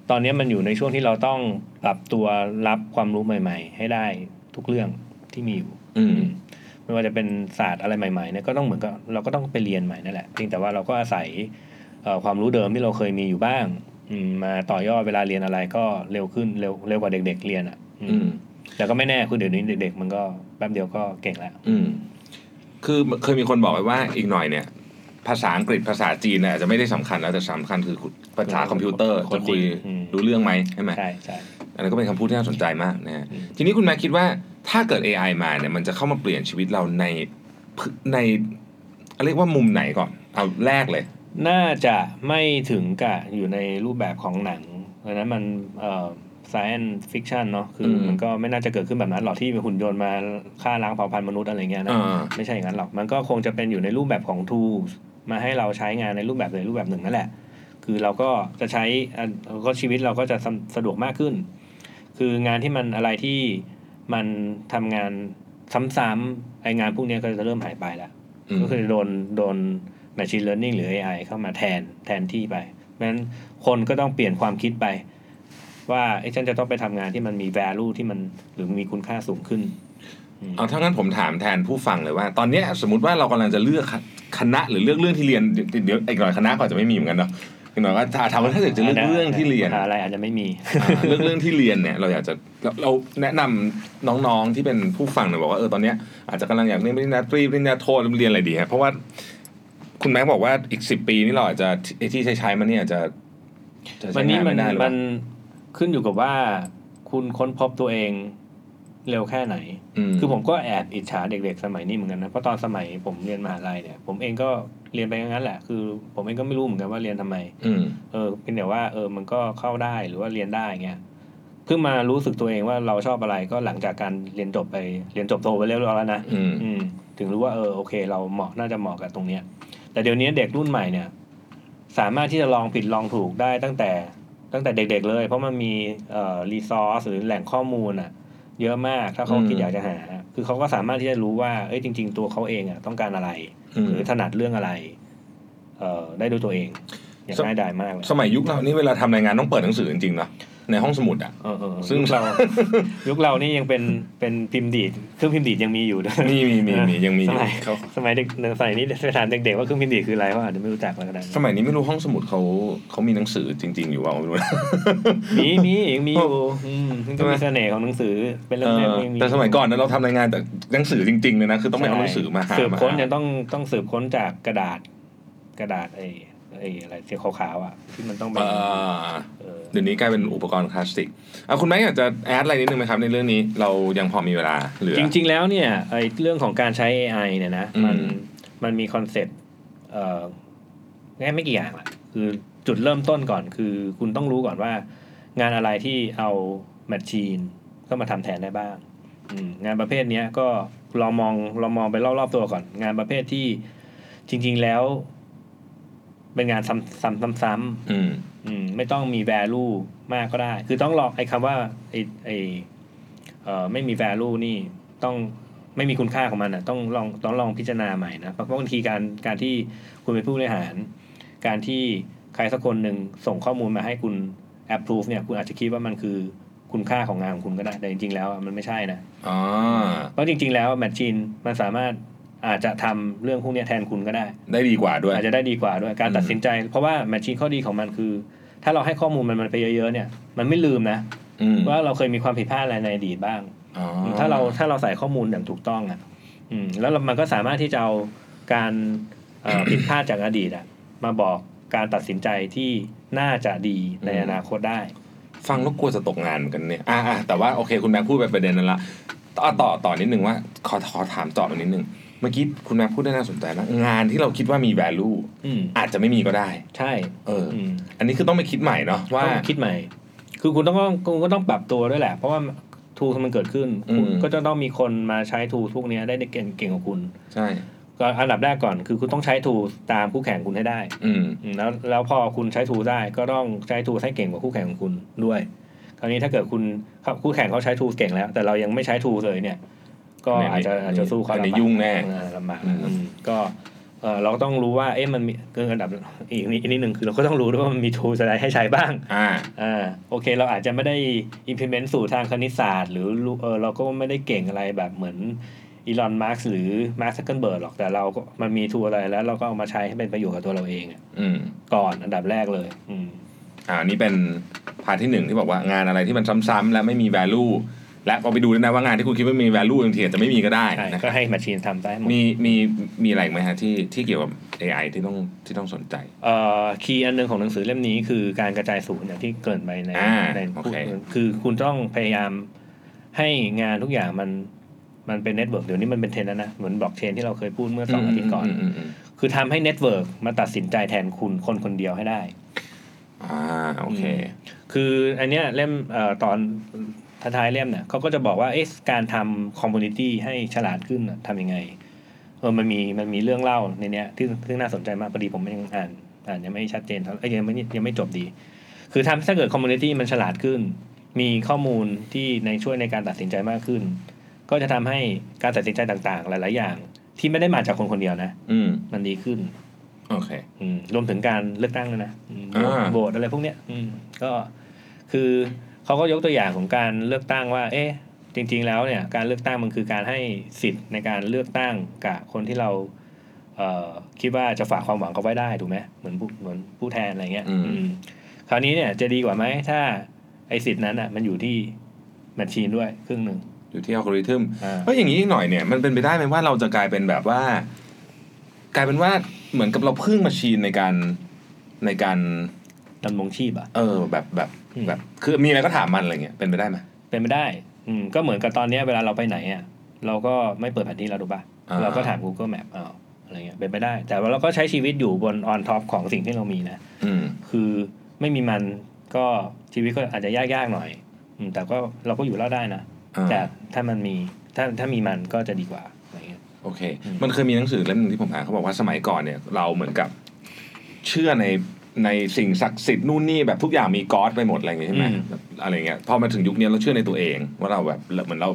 Speaker 3: ตอนเนี้ยมันอยู่ในช่วงที่เราต้องปรับตัวรับความรู้ใหม่ ๆ ให้ได้ทุกเรื่องที่มีอยู่
Speaker 2: อืม
Speaker 3: ไม่ว่าจะเป็นศาสตร์อะไรใหม่ๆเนี่ยก็ต้องเหมือนกับเราก็ต้องไปเรียนใหม่นั่นแหละเพียงแต่ว่าเราก็อาศัยเอ่อความรู้เดิมที่เราเคยมีอยู่บ้างอืมมาต่อยอดเวลาเรียนอะไรก็เร็วขึ้นเร็วเร็วกว่าเด็ก ๆ เรียนอ่ะอืม
Speaker 2: อืม
Speaker 3: แต่ก็ไม่แน่คือเดี๋ยวนี้เด็กๆ มันก็แป๊บเดียวก็เก่งแล้ว
Speaker 2: อืม คือเคยมีคนบอกไว้ว่าอีกหน่อยเนี่ย ภาษาอังกฤษภาษาจีนเนี่ยอาจจะไม่ได้สำคัญแล้วแต่สำคัญคือภาษาคอมพิวเตอร์
Speaker 3: คน
Speaker 2: จะคุย
Speaker 3: อืม
Speaker 2: รู้เรื่องไหมใช่ไหม
Speaker 3: ใช่ใช่
Speaker 2: อันนั้นก็เป็นคำพูดที่น่าสนใจมากนะฮะ
Speaker 3: อืม
Speaker 2: ทีนี้คุณแม่คิดว่าถ้าเกิด AI มาเนี่ย มันจะเข้ามาเปลี่ยนชีวิตเราในพื้นในเรียกว่ามุมไหนก่อน เอาแรกเลย
Speaker 3: น่าจะไม่ถึงกับอยู่ในรูปแบบของหนังดังนั้นมันเอ่อ science fiction เนาะคืออ
Speaker 2: ม
Speaker 3: มันก็ไม่น่าจะเกิดขึ้นแบบนั้นหรอกที่หุ่นยนต์มาฆ่าล้างเผ่าพันธุ์มนุษย์อะไรเงี้ยนะ
Speaker 2: อ่า
Speaker 3: ไม่ใช่อย่างนั้นหรอก มันก็คงจะเป็นอยู่ในรูปแบบของ tools มาให้เราใช้งานในรูปแบบใดรูปแบบหนึ่งนั่นแหละ คือเราก็จะใช้อันก็ชีวิตเราก็จะสะสะดวกมากขึ้น คืองานที่มันอะไรที่มันทำงานซ้ำๆไองานพวกเนี้ยก็จะเริ่มหายไปแล้ว
Speaker 2: อืม
Speaker 3: ก็คือโดนโดน machine learning หรือ AI เข้ามาแทนแทนที่ไปเพราะฉะนั้นคนก็ต้องเปลี่ยนความคิดไป ว่าไอ้ยฉันจะต้องไปทำงานที่มันมี value ที่มันหรือมีคุณค่าสูงขึ้น
Speaker 2: เอาถ้างั้นผมถามแทนผู้ฟังเลยว่า ตอนเนี้ยสมมติว่าเรากำลังจะเลือกคณะหรือเลือกเรื่องที่เรียนเดี๋ยวเดี๋ยวอีกหน่อยคณะก็อาจจะไม่มีเหมือนกันเนาะอีกหน่อยว่าถ้าถามว่าถ้าเกิดจะเลือกเรื่องที่เรียน
Speaker 3: อะไรอาจจะไม่มี
Speaker 2: อ่า เรื่องเรื่องที่เรียนเนี่ยเราอยากจะเราเราแนะนำน้องๆที่เป็นผู้ฟังหน่อยบอกว่าเออตอนเนี้ยอาจจะกำลังอยากเรียนปริญญาตรีปริญญาโทเรียนอะไรดีฮะเพราะว่าคุณแม็กซ์บอกว่าอีกสิบปีนี่เราอาจจะไอ้ที่ใช้ใช้ๆมันเนี่ยจะจะใช้
Speaker 3: วันนี้
Speaker 2: งาน
Speaker 3: มัน
Speaker 2: ไม่ได้หรือเป
Speaker 3: มั
Speaker 2: ล่าน
Speaker 3: ขึ้นอยู่กับว่าคุณค้นพบตัวเองเร็วแค่ไหน คือผมก็แอบอิจฉาเด็กๆสมัยนี้เหมือนกันนะ เพราะตอนสมัยผมเรียนมหาลัยเนี่ย ผมเองก็เรียนไปงั้นแหละ คือ ผมเองก็ไม่รู้เหมือนกันว่าเรียนทำไม
Speaker 2: อืม
Speaker 3: เออเป็นแต่ว่าเออมันก็เข้าได้หรือว่าเรียนได้เงี้ยเพิ่งมารู้สึกตัวเองว่าเราชอบอะไรก็หลังจากการเรียนจบไปเรียนจบโทไปเรียบร้อยแล้วนะ
Speaker 2: อืม
Speaker 3: อืมถึงรู้ว่าเออโอเค เราเหมาะน่าจะเหมาะกับตรงเนี้ย แต่เดี๋ยวนี้เด็กรุ่นใหม่เนี่ย สามารถที่จะลองผิดลองถูกได้ตั้งแต่ตั้งแต่เด็กๆเลย เพราะมันมีเอ่อรีซอสหรือแหล่งข้อมูลอะเยอะมากถ้าเขาคิดอยากจะหา คือเขาก็สามารถที่จะรู้ว่าเอ้ยจริง ๆ ตัวเขาเองอะต้องการอะไร
Speaker 2: อืม
Speaker 3: หรือถนัดเรื่องอะไร เอ่อได้ด้วยตัวเองอย่างง่ายดายมากเลย
Speaker 2: สมัยยุคเรานี่เวลาทำรายงานต้องเปิดหนังสือจริงๆเนาะในห้องสมุดอ่ะ
Speaker 3: เออเออ
Speaker 2: ซึ่ง
Speaker 3: ยุคเรา ยุคเรานี่ยังเป็นเป็นพิมพ์ดีดเครื่องพิมพ์ดีดยังมีอยู่ด้วย
Speaker 2: มีมีมีมียังมีอ
Speaker 3: ส
Speaker 2: ยู่
Speaker 3: มัย
Speaker 2: เขา
Speaker 3: สมัยเด็กสมัยนี้ไปถามเด็กๆว่าเครื่องพิมพ์ดีดคืออะไรเขาอาจจะไม่รู้จักแล้วก็ได้
Speaker 2: สมัยนี้ไม่รู้ห้องสมุดเขาเขามีหนังสือจริง ๆ อยู่ว่าไม่รู้นะ
Speaker 3: มีมียังมีอยู่อืมมันก็
Speaker 2: ใช่ไหม
Speaker 3: มีเสน่ห์ของหนังสือเป็นเล่
Speaker 2: เอ
Speaker 3: ม
Speaker 2: อ
Speaker 3: ๆยังมี
Speaker 2: แต่สมัยก่อนนะเราทำรายงานแต่หนังสือจริงๆเลยนะคือต้องไปเอาหนังสือมาหา
Speaker 3: สืบค้น
Speaker 2: มา
Speaker 3: ยังต้องต้องสืบค้นจากกระดาษกระดาษไอ้ไอ้อะไรสีขาวๆอ่ะที่มันต้องเป็น
Speaker 2: เอ่อ
Speaker 3: เออ
Speaker 2: เดี๋ยวนี้กลายเป็นอุปกรณ์คลาสสิกอ่ะคุณแม่อยากจะแอดอะไรนิดนึงไหมครับในเรื่องนี้เรายังพอมีเวลาเหลือ
Speaker 3: จริงๆแล้วเนี่ยไอ้เรื่องของการใช้ AI เนี่ยนะ
Speaker 2: อืม
Speaker 3: มันมันมีคอนเซ็ปต์เอ่อแค่ไม่กี่อย่างละคือจุดเริ่มต้นก่อนคือ คุณต้องรู้ก่อนว่า งานอะไรที่เอาแมชชีนก็มาทำแทนได้บ้างอืมงานประเภทเนี้ยก็ลองมองลองมองไปรอบๆตัวก่อน งานประเภทที่จริง ๆแล้ว เป็นงานซ้ำซ้ำซ้ำซ้ำ
Speaker 2: อืม
Speaker 3: อืมไม่ต้องมี value มากก็ได้ คือต้องลองไอ้คำว่าไอ้ไอ้เอ่อไม่มี value นี่ต้องไม่มีคุณค่าของมันอ่ะต้องลองต้องลองพิจารณาใหม่นะเพราะบางทีการการที่คุณเป็นผู้บริหาร การที่ใครสักคนหนึ่งส่งข้อมูลมาให้คุณ approve เนี่ยคุณอาจจะคิดว่ามันคือคุณค่าของงานของคุณก็ได้ แต่จริงๆแล้วอะมันไม่ใช่นะ
Speaker 2: อ๋อ
Speaker 3: เพราะจริง ๆ แล้วแมชชีนมันสามารถอาจจะทำเรื่องพวกเนี้ยแทนคุณก็ได้
Speaker 2: ได้ดีกว่าด้วย
Speaker 3: อาจจะได้ดีกว่าด้วยการ
Speaker 2: อืม
Speaker 3: ตัดสินใจ เพราะว่าแมชชีนข้อดีของมันคือ ถ้าเราให้ข้อมูลมันมันไปเยอะๆเนี่ย มันไม่ลืมนะ
Speaker 2: อืม
Speaker 3: ว่าเราเคยมีความผิดพลาดอะไรในอดีตบ้าง
Speaker 2: อ๋อ
Speaker 3: ถ้าเราถ้าเราใส่ข้อมูลอย่างถูกต้องอ่ะอืมแล้วเรามันก็สามารถที่จะเอาการเอ่อ ผิดพลาดจากอดีตอ่ะมาบอกการตัดสินใจที่น่าจะดีในอนาคตได้
Speaker 2: ฟังแล้วกลัวจะตกงานเหมือนกันเนี่ยอ่าแต่ว่าโอเคคุณแม่พูดไปประเด็นนั้นละต่อต่อต่อนิดนึงว่าขอขอถามต่อนิดนึงเมื่อกี้คุณแม่พูดได้น่าสนใจนะงานที่เราคิดว่ามี value
Speaker 3: อืม
Speaker 2: อาจจะไม่มีก็ได้
Speaker 3: ใช่
Speaker 2: เออ
Speaker 3: อืม
Speaker 2: อันนี้คือต้องไปคิดใหม่เนาะว่า
Speaker 3: ต้องคิดใหม่ คือคุณต้องคุณก็ต้องปรับตัวด้วยแหละ เพราะว่าทูลมันเกิดขึ้น
Speaker 2: อืม
Speaker 3: คุณก็จะต้องมีคนมาใช้ทูลพวกเนี้ยได้เก่งเก่งกว่าคุณ
Speaker 2: ใช่
Speaker 3: ก็อันดับแรกก่อนคือคุณต้องใช้ทูลตามคู่แข่งคุณให้ได้
Speaker 2: อืม
Speaker 3: อืมแล้วแล้วพอคุณใช้ทูลได้ก็ต้องใช้ทูลให้เก่งกว่าคู่แข่งของคุณด้วย คราวนี้ถ้าเกิดคุณครับคู่แข่งเขาใช้ทูลเก่งแล้ว แต่เรายังไม่ใช้ทูลเลยเนี่ย ก็
Speaker 2: อันนี้
Speaker 3: อาจจะอาจจะสู้เขา
Speaker 2: อันนี้
Speaker 3: ลำบาก
Speaker 2: ยุ่งแน่
Speaker 3: อ่าลำบาก
Speaker 2: อืม
Speaker 3: อืมก็เอ่อเราก็ต้องรู้ว่าเอ๊ะมันมีเกินอันดับอีกนิดอีกนิดหนึ่งคือเราก็ต้องรู้ด้วยว่ามันมีทูลอะไรให้ใช้บ้าง
Speaker 2: อ่า
Speaker 3: อ่าโอเคเราอาจจะไม่ได้ implement สู่ทางคณิตศาสตร์ หรือรู้เออเราก็ไม่ได้เก่งอะไรแบบเหมือนอีลอนมาร์กหรือมาร์คซักเกิลเบิร์ดหรอกแต่เราก็มันมีทูอะไรแล้วเราก็เอามาใช้ให้เป็นประโยชน์กับตัวเราเองอะ
Speaker 2: อืม
Speaker 3: ก่อนอันดับแรกเลย อืม
Speaker 2: อ่านี่เป็นพาร์ทที่หนึ่งที่บอกว่างานอะไรที่มันซ้ำๆและไม่มี value และก็ไปดูด้วยนะว่างานที่คุณคิดว่ามี value บางทีอาจจะไม่มีก็ได้
Speaker 3: ใช่
Speaker 2: นะค
Speaker 3: ก็
Speaker 2: รับ
Speaker 3: ให้แมชชีนทำได้หมด
Speaker 2: มีมีมีอะไรอีกไหมฮะที่ที่เกี่ยวกับ AI ที่ต้องที่ต้องสนใจ
Speaker 3: เอ่อคีย์อันหนึงของหนังสือเล่มนี้คือการกระจายศูนย์อย่างที่เกรินไปใน
Speaker 2: อ่า
Speaker 3: ใน
Speaker 2: โอเค
Speaker 3: คือคุณต้องพยายามให้งานทุกอย่างมันมันเป็นเน็ตเวิร์กเดี๋ยวนี้มันเป็นเทรนด์แล้วนะเหมือนบล็อกเชนที่เราเคยพูดเมื่อสองอาทิตย์ก่อน
Speaker 2: มมม
Speaker 3: คือทำให้เน็ตเวิร์กมาตัดสินใจแทนคุณคนคนเดียวให้ได้
Speaker 2: อ่าโอเค
Speaker 3: คืออันเนี้ยเล่มเอ่อตอนท้ายๆเล่มเนี่ยเขาก็จะบอกว่าเอ๊ะการทำคอมมูนิตี้ให้ฉลาดขึ้นน่ะทำยังไงเออมันมีมันมีเรื่องเล่าในเนี้ยที่ซึ่งน่าสนใจมากพอดีผมยังอ่านอ่านยังไม่ชัดเจนเท่าเอ้ยยังไม่ยังไม่จบดี คือทำให้ถ้าเกิดคอมมูนิตี้มันฉลาดขึ้น มีข้อมูลที่ในช่วยในการตัดสินใจมากขึ้น ก็จะทำให้การตัดสินใจต่างๆ หลาย ๆ อย่าง ที่ไม่ได้มาจากคนคนเดียวนะ
Speaker 2: อืม
Speaker 3: มันดีขึ้น
Speaker 2: โอเค
Speaker 3: อืมรวมถึงการเลือกตั้งด้วยนะอืม
Speaker 2: อ่า
Speaker 3: โหวตอะไรพวกเนี้ยอืมก็คือเขาก็ยกตัวอย่างของการเลือกตั้งว่า เอ๊ะ จริง ๆ แล้วเนี่ย การเลือกตั้งมันคือการให้สิทธิ์ในการเลือกตั้งกับคนที่เราเอ่อคิดว่าจะฝากความหวังเขาไว้ได้ถูกไหมเหมือนผู้เหมือนผู้แทนอะไรเงี้ยอืมคราวนี้เนี่ยจะดีกว่าไหมถ้าไอ้สิทธิ์นั้นอ่ะ มันอยู่ที่แมชชีนด้วยครึ่งหนึ่ง
Speaker 2: อยู่ที่อัลกอริทึม
Speaker 3: อ่า
Speaker 2: เพราะอย่างนี้หน่อยเนี่ยมันเป็นไปได้ไหมว่าเราจะกลายเป็นแบบว่ากลายเป็นว่าเหมือนกับเราพึ่งมาชีนในการในการ
Speaker 3: ดำรงชีพอ่ะ
Speaker 2: เออแบบแบบ
Speaker 3: อืม
Speaker 2: แบบ คือมีอะไรก็ถามมันอะไรเงี้ยเป็นไปได้ไหม
Speaker 3: เป็นไม่ได้ อืมก็เหมือนกับตอนเนี้ยเวลาเราไปไหนอ่ะ เราก็ไม่เปิดแผนที่แล้วถูกปะ
Speaker 2: อ่า
Speaker 3: เราก็ถาม Google Map เอาอะไรเงี้ยเป็นไปได้ แต่ว่าเราก็ใช้ชีวิตอยู่บนออนท็อปของสิ่งที่เรามีนะ
Speaker 2: อืม
Speaker 3: คือไม่มีมันก็ชีวิตก็อาจจะยากๆหน่อย อืมแต่ก็เราก็อยู่รอดได้นะ
Speaker 2: อ่า
Speaker 3: แต่ถ้ามันมีถ้าถ้ามีมันก็จะดีกว่าอะไรเงี้ย
Speaker 2: โอเค
Speaker 3: อืม
Speaker 2: มันเคยมีหนังสือเล่มหนึงที่ผมอ่านเขาบอกว่าสมัยก่อนเนี่ยเราเหมือนกับเชื่อในในสิ่งศักดิ์สิทธิ์นู่นนี่แบบทุกอย่างมีก๊อดไปหมดอะไรอย่างเงี้ยใช่ไหมแบบอะไรเงี้ยพอมาถึงยุคนี้เราเชื่อในตัวเอง ว่าเราแบบเหมือนเรา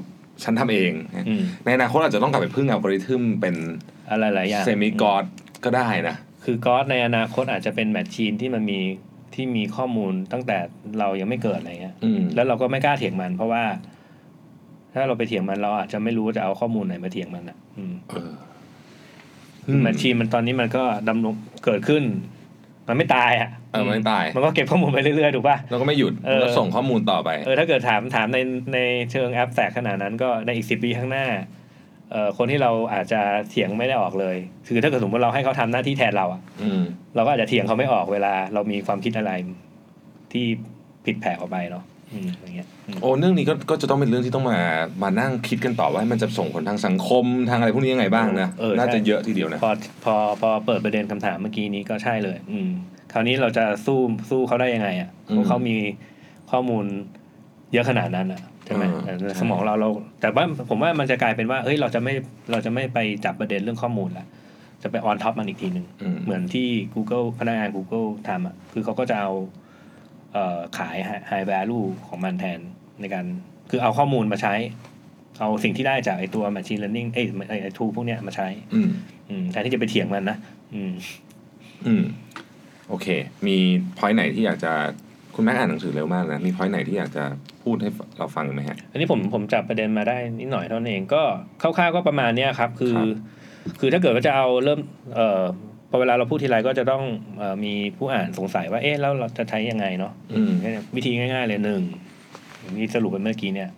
Speaker 2: ฉันทำเองนะ
Speaker 3: อืม
Speaker 2: ในอนาคตอาจจะต้องกลับไปพึ่งอัลกอริทึมเป็น
Speaker 3: อะไรหลายอย่าง
Speaker 2: เซมิกอดก็ได้นะ
Speaker 3: คือก็อดในอนาคตอาจจะเป็นแมชชีนที่มันมีที่มีข้อมูลตั้งแต่เรายังไม่เกิดอะไรเงี้ย
Speaker 2: อืม
Speaker 3: แล้วเราก็ไม่กล้าเถียงมัน เพราะว่า ถ้าเราไปเถียงมันเราอาจจะไม่รู้ว่าจะเอาข้อมูลไหนมาเถียงมันอ่ะอืม
Speaker 2: เออ
Speaker 3: แมชชีนมันตอนนี้มันก็ดำรงเกิดขึ้น มันไม่ตายอ่ะ
Speaker 2: เออมันไม่ตาย
Speaker 3: มันก็เก็บข้อมูลไปเรื่อยๆถูกป่ะ
Speaker 2: แล้วก็ไม่หยุด
Speaker 3: เออ
Speaker 2: แล้วส่งข้อมูลต่อไป
Speaker 3: เออถ้าเกิดถามถามในในเชิงแอปแตกขนาดนั้นก็ในอีกสิบปีข้างหน้าเอ่อคนที่เราอาจจะเถียงไม่ได้ออกเลย คือถ้าเกิดสมมติเราให้เขาทำหน้าที่แทนเราอ่ะ
Speaker 2: อืม
Speaker 3: เราก็อาจจะเถียงเขาไม่ออกเวลา เรามีความคิดอะไรที่ผิดแผกออกไปเนาะอืมอย่างเงี้ยอืม
Speaker 2: โอ้เรื่องนี้ก็ก็จะต้องเป็นเรื่องที่ต้องมามานั่งคิดกันต่อว่ามันจะส่งผลทางสังคมทางอะไรพวกนี้ยังไงบ้างนะ
Speaker 3: เออใช่
Speaker 2: น่าจะเยอะทีเดียวนะ
Speaker 3: พอพอพอเปิดประเด็นคำถามเมื่อกี้นี้ก็ใช่เลย อืม คราวนี้เราจะสู้สู้เขาได้ยังไงอ่ะ
Speaker 2: อืม
Speaker 3: เพราะเขามีข้อมูลเยอะขนาดนั้นอ่ะใช่ไหม
Speaker 2: เออ
Speaker 3: แต่
Speaker 2: ใช่
Speaker 3: สมองเราเรา แต่ว่าผมว่ามันจะกลายเป็นว่าเอ้ยเราจะไม่เราจะไม่ไปจับประเด็นเรื่องข้อมูลละจะไปออนท็อปมันอีกทีหนึ่ง
Speaker 2: ม
Speaker 3: เหมือนที่ Google พนักงาน Google ทำอ่ะคือเขาก็จะเอาเอ่อขาย high value ของมันแทนในการ คือเอาข้อมูลมาใช้ เอาสิ่งที่ได้จากไอตัว machine learning เอ้ยไอ้ไอ้ tool พวกเนี้ยมาใช้
Speaker 2: อืม
Speaker 3: อืมแทนที่จะไปเถียงมันนะอืม
Speaker 2: อืมโอเค มีพอยไหนที่อยากจะคุณแม่อ่านหนังสือเร็วมากนะ มีพอยไหนที่อยากจะพูดให้เราฟังไหมฮะ
Speaker 3: อันนี้ผมผมจับประเด็นมาได้นิดหน่อยเท่านั้นเองก็คร่าวๆก็ประมาณเนี้ยครับ คื
Speaker 2: ค
Speaker 3: อ
Speaker 2: รับ
Speaker 3: คือถ้าเกิดว่าจะเอาเริ่มเอ่อพอเวลาเราพูดทีไรก็จะต้องเอ่อมีผู้อ่านสงสัยว่าเอ๊ะแล้วเราจะใช้ยังไงเนาะ
Speaker 2: อืม
Speaker 3: เนี่ยวิธีง่ายๆเลยหนึ่งอย่างที่สรุปไปเมื่อกี้เนี่ย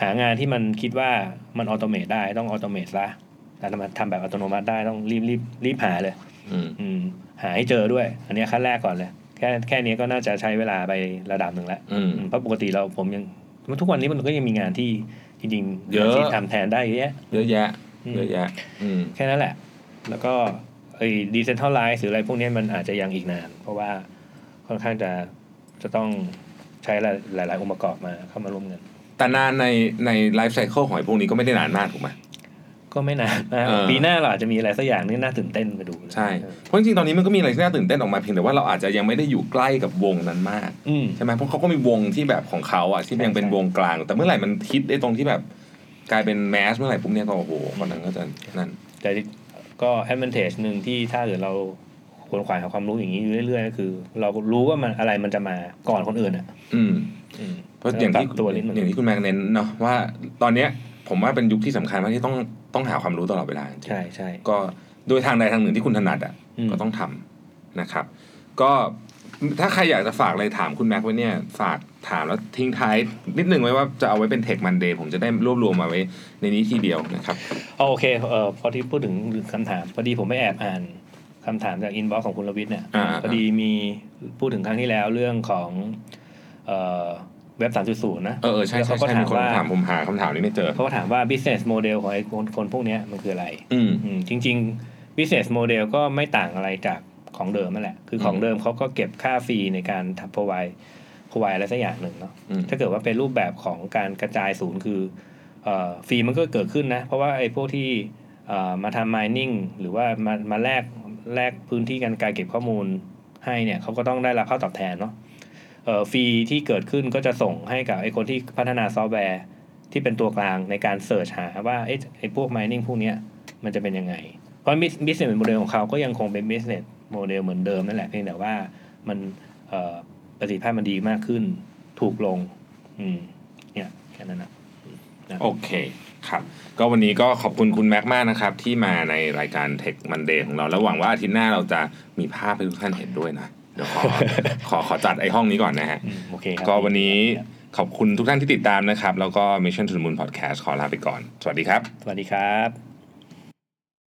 Speaker 3: หางานที่มันคิดว่ามันออโตเมตได้ต้องออโตเมตละแต่ถ้ามันทำแบบอัตโนมัติได้ต้องรีบรีบรีบหาเลย
Speaker 2: อืม
Speaker 3: อืม หาให้เจอด้วย อันเนี้ยขั้นแรกก่อนเลย แค่แค่นี้ก็น่าจะใช้เวลาไประดับหนึ่งแล้ว
Speaker 2: อืม
Speaker 3: อืมเพราะปกติเราผมยังทุกวันนี้มันก็ยังมีงานที่จริงๆ
Speaker 2: เยอะ
Speaker 3: หาที่ทำแทนได้เยอะแยะ
Speaker 2: เยอะแยะ
Speaker 3: อืม
Speaker 2: เยอะแยะ อืม
Speaker 3: แค่นั้นแหละ แล้วก็ไอ้ดีเซนทัลไลซ์หรืออะไรพวกนี้มันอาจจะยังอีกนาน เพราะว่าค่อนข้างจะจะต้องใช้หลาย ๆ องค์ประกอบมาเข้ามาร่วมกัน
Speaker 2: แต่นานในในไลฟ์ไซเคิลของไอ้พวกนี้ก็ไม่ได้นานมากถูกไหม
Speaker 3: ก็ไม่นานนะ
Speaker 2: เออ
Speaker 3: ปีหน้าเราอาจจะมีอะไรสักอย่างนี่น่าตื่นเต้นไปดูนะ
Speaker 2: ใช่ เพราะจริงๆ ตอนนี้มันก็มีอะไรที่น่าตื่นเต้นออกมาเพียงแต่ว่าเราอาจจะยังไม่ได้อยู่ใกล้กับวงนั้นมาก
Speaker 3: อืม
Speaker 2: ใช่ไหมเพราะเขาก็มีวงที่แบบของเขาอ่ะที่
Speaker 3: ใช่
Speaker 2: ยังเป็น
Speaker 3: ใช่
Speaker 2: วงกลาง แต่เมื่อไหร่มันฮิตไอ้ตรงที่แบบกลายเป็นแมสเมื่อไหร่ปุ๊บเนี่ยก็โอ้โหคนนั้นก็จะนั่น
Speaker 3: แต่ก็แอดเวนเทจหนึ่งที่ถ้าเกิดเราขวนขวายหาความรู้อย่างนี้อยู่เรื่อยๆก็คือ เรารู้ว่ามันอะไรมันจะมาก่อนคนอื่นอ่ะ
Speaker 2: อืม
Speaker 3: อืม
Speaker 2: เพราะอย่างที่
Speaker 3: ปรับตัวนิดหนึง
Speaker 2: อย่างที่คุณแม็กเน้นเนาะว่าตอนเนี้ยผมว่าเป็นยุคที่สำคัญมากที่ต้องต้องหาความรู้ตลอดเวลาจริงๆ
Speaker 3: ใช่ใช่
Speaker 2: ก็โดยทางใดทางหนึ่งที่คุณถนัดอ่ะ
Speaker 3: อืม
Speaker 2: ก็ต้องทำนะครับ ก็ถ้าใครอยากจะฝากอะไรถามคุณแม็กไว้เนี่ยฝากถามแล้วทิ้งท้ายนิดนึงไว้ว่าจะเอาไว้เป็นเทคมันเดย์ผมจะได้รวบรวมมาไว้ในนี้ทีเดียวนะครับ
Speaker 3: อ๋อโอเคเอ่อพอที่พูดถึงคำถามพอดีผมไม่แอบอ่านคำถามจากอินบ็อกของคุณรวิทย์เนี่ย
Speaker 2: อ่าๆ
Speaker 3: พอดีมีพูดถึงครั้งที่แล้วเรื่องของเอ่อเว็บ 3.0 นะ
Speaker 2: เออเออใช่
Speaker 3: แล้ว
Speaker 2: ใช่
Speaker 3: เขาก็
Speaker 2: ใช่มี
Speaker 3: ถาม
Speaker 2: คน
Speaker 3: ว่า
Speaker 2: ถามผมหาคำถามนี้ไม่เจอ
Speaker 3: เขาก็ถามว่า business model ของไอ้คนคนพวกเนี้ยมันคืออะไร
Speaker 2: อืม
Speaker 3: อืมจริง ๆ business model ก็ไม่ต่างอะไรจากของเดิมนั่นแหละ คือของเดิมเขาก็เก็บค่าฟรีในการทำ provide provide อะไรสักอย่างหนึ่งเนาะ
Speaker 2: อืม
Speaker 3: ถ้าเกิดว่าเป็นรูปแบบของการกระจายศูนย์คือเอ่อฟรีมันก็เกิดขึ้นนะ เพราะว่าไอ้พวกที่เอ่อมาทำ mining หรือว่ามามาแลกแลกพื้นที่การการเก็บข้อมูลให้เนี่ยเขาก็ต้องได้รับค่าตอบแทนเนาะเอ อ่อฟรีที่เกิดขึ้นก็จะส่งให้กับไอ้คนที่พัฒนาซอฟต์แวร์ ที่เป็นตัวกลางในการเสิร์ชหาว่าเอ๊ะไอ้พวก mining พวกเนี้ยมันจะเป็นยังไง เพราะ bus- business model ของเขาก็ยังคงเป็น business model เหมือนเดิมนั่นแหละเพียงแต่ว่ามันเอ่อประสิทธิภาพมันดีมากขึ้น ถูกลง อืมเนี่ยแค่นั้นนะ
Speaker 2: โอเคครับ ก็วันนี้ก็ขอบคุณคุณแม็กมากนะครับ ที่มาในรายการ Tech Monday ของเรา แล้วหวังว่าอาทิตย์หน้าเราจะมีภาพให้ทุกท่านเห็นด้วยนะ เดี๋ยวข อ ขอขอจัดไอ้ห้องนี้ก่อนนะฮะ
Speaker 3: อืมโอเคครับ
Speaker 2: ก็วันนี้ขอบคุณทุกท่านที่ติดตามนะครับ แล้วก็ Mission to the Moon Podcast ขอลาไปก่อน สวัสดีครับ
Speaker 3: สวัสดีครับ